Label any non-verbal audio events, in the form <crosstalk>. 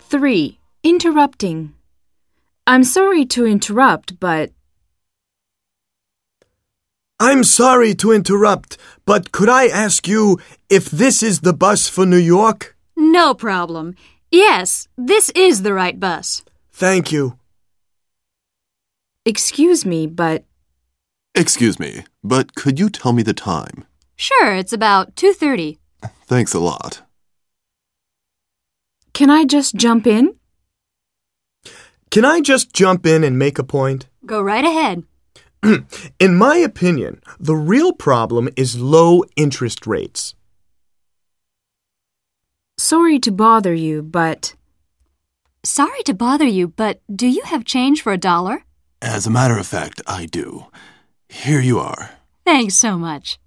3. Interrupting. I'm sorry to interrupt, but I'm sorry to interrupt, but could I ask you if this is the bus for New York? No problem. Yes, this is the right bus. Thank you. excuse me, but Excuse me, but could you tell me the time? Sure, it's about 2:30. Thanks a lot. can I just jump in? Can I just jump in and make a point? <clears throat> Go right ahead. In my opinion, the real problem is low interest rates. Sorry to bother you, but Sorry to bother you, but do you have change for a dollar? As a matter of fact, I do. Here you are. Thanks so much.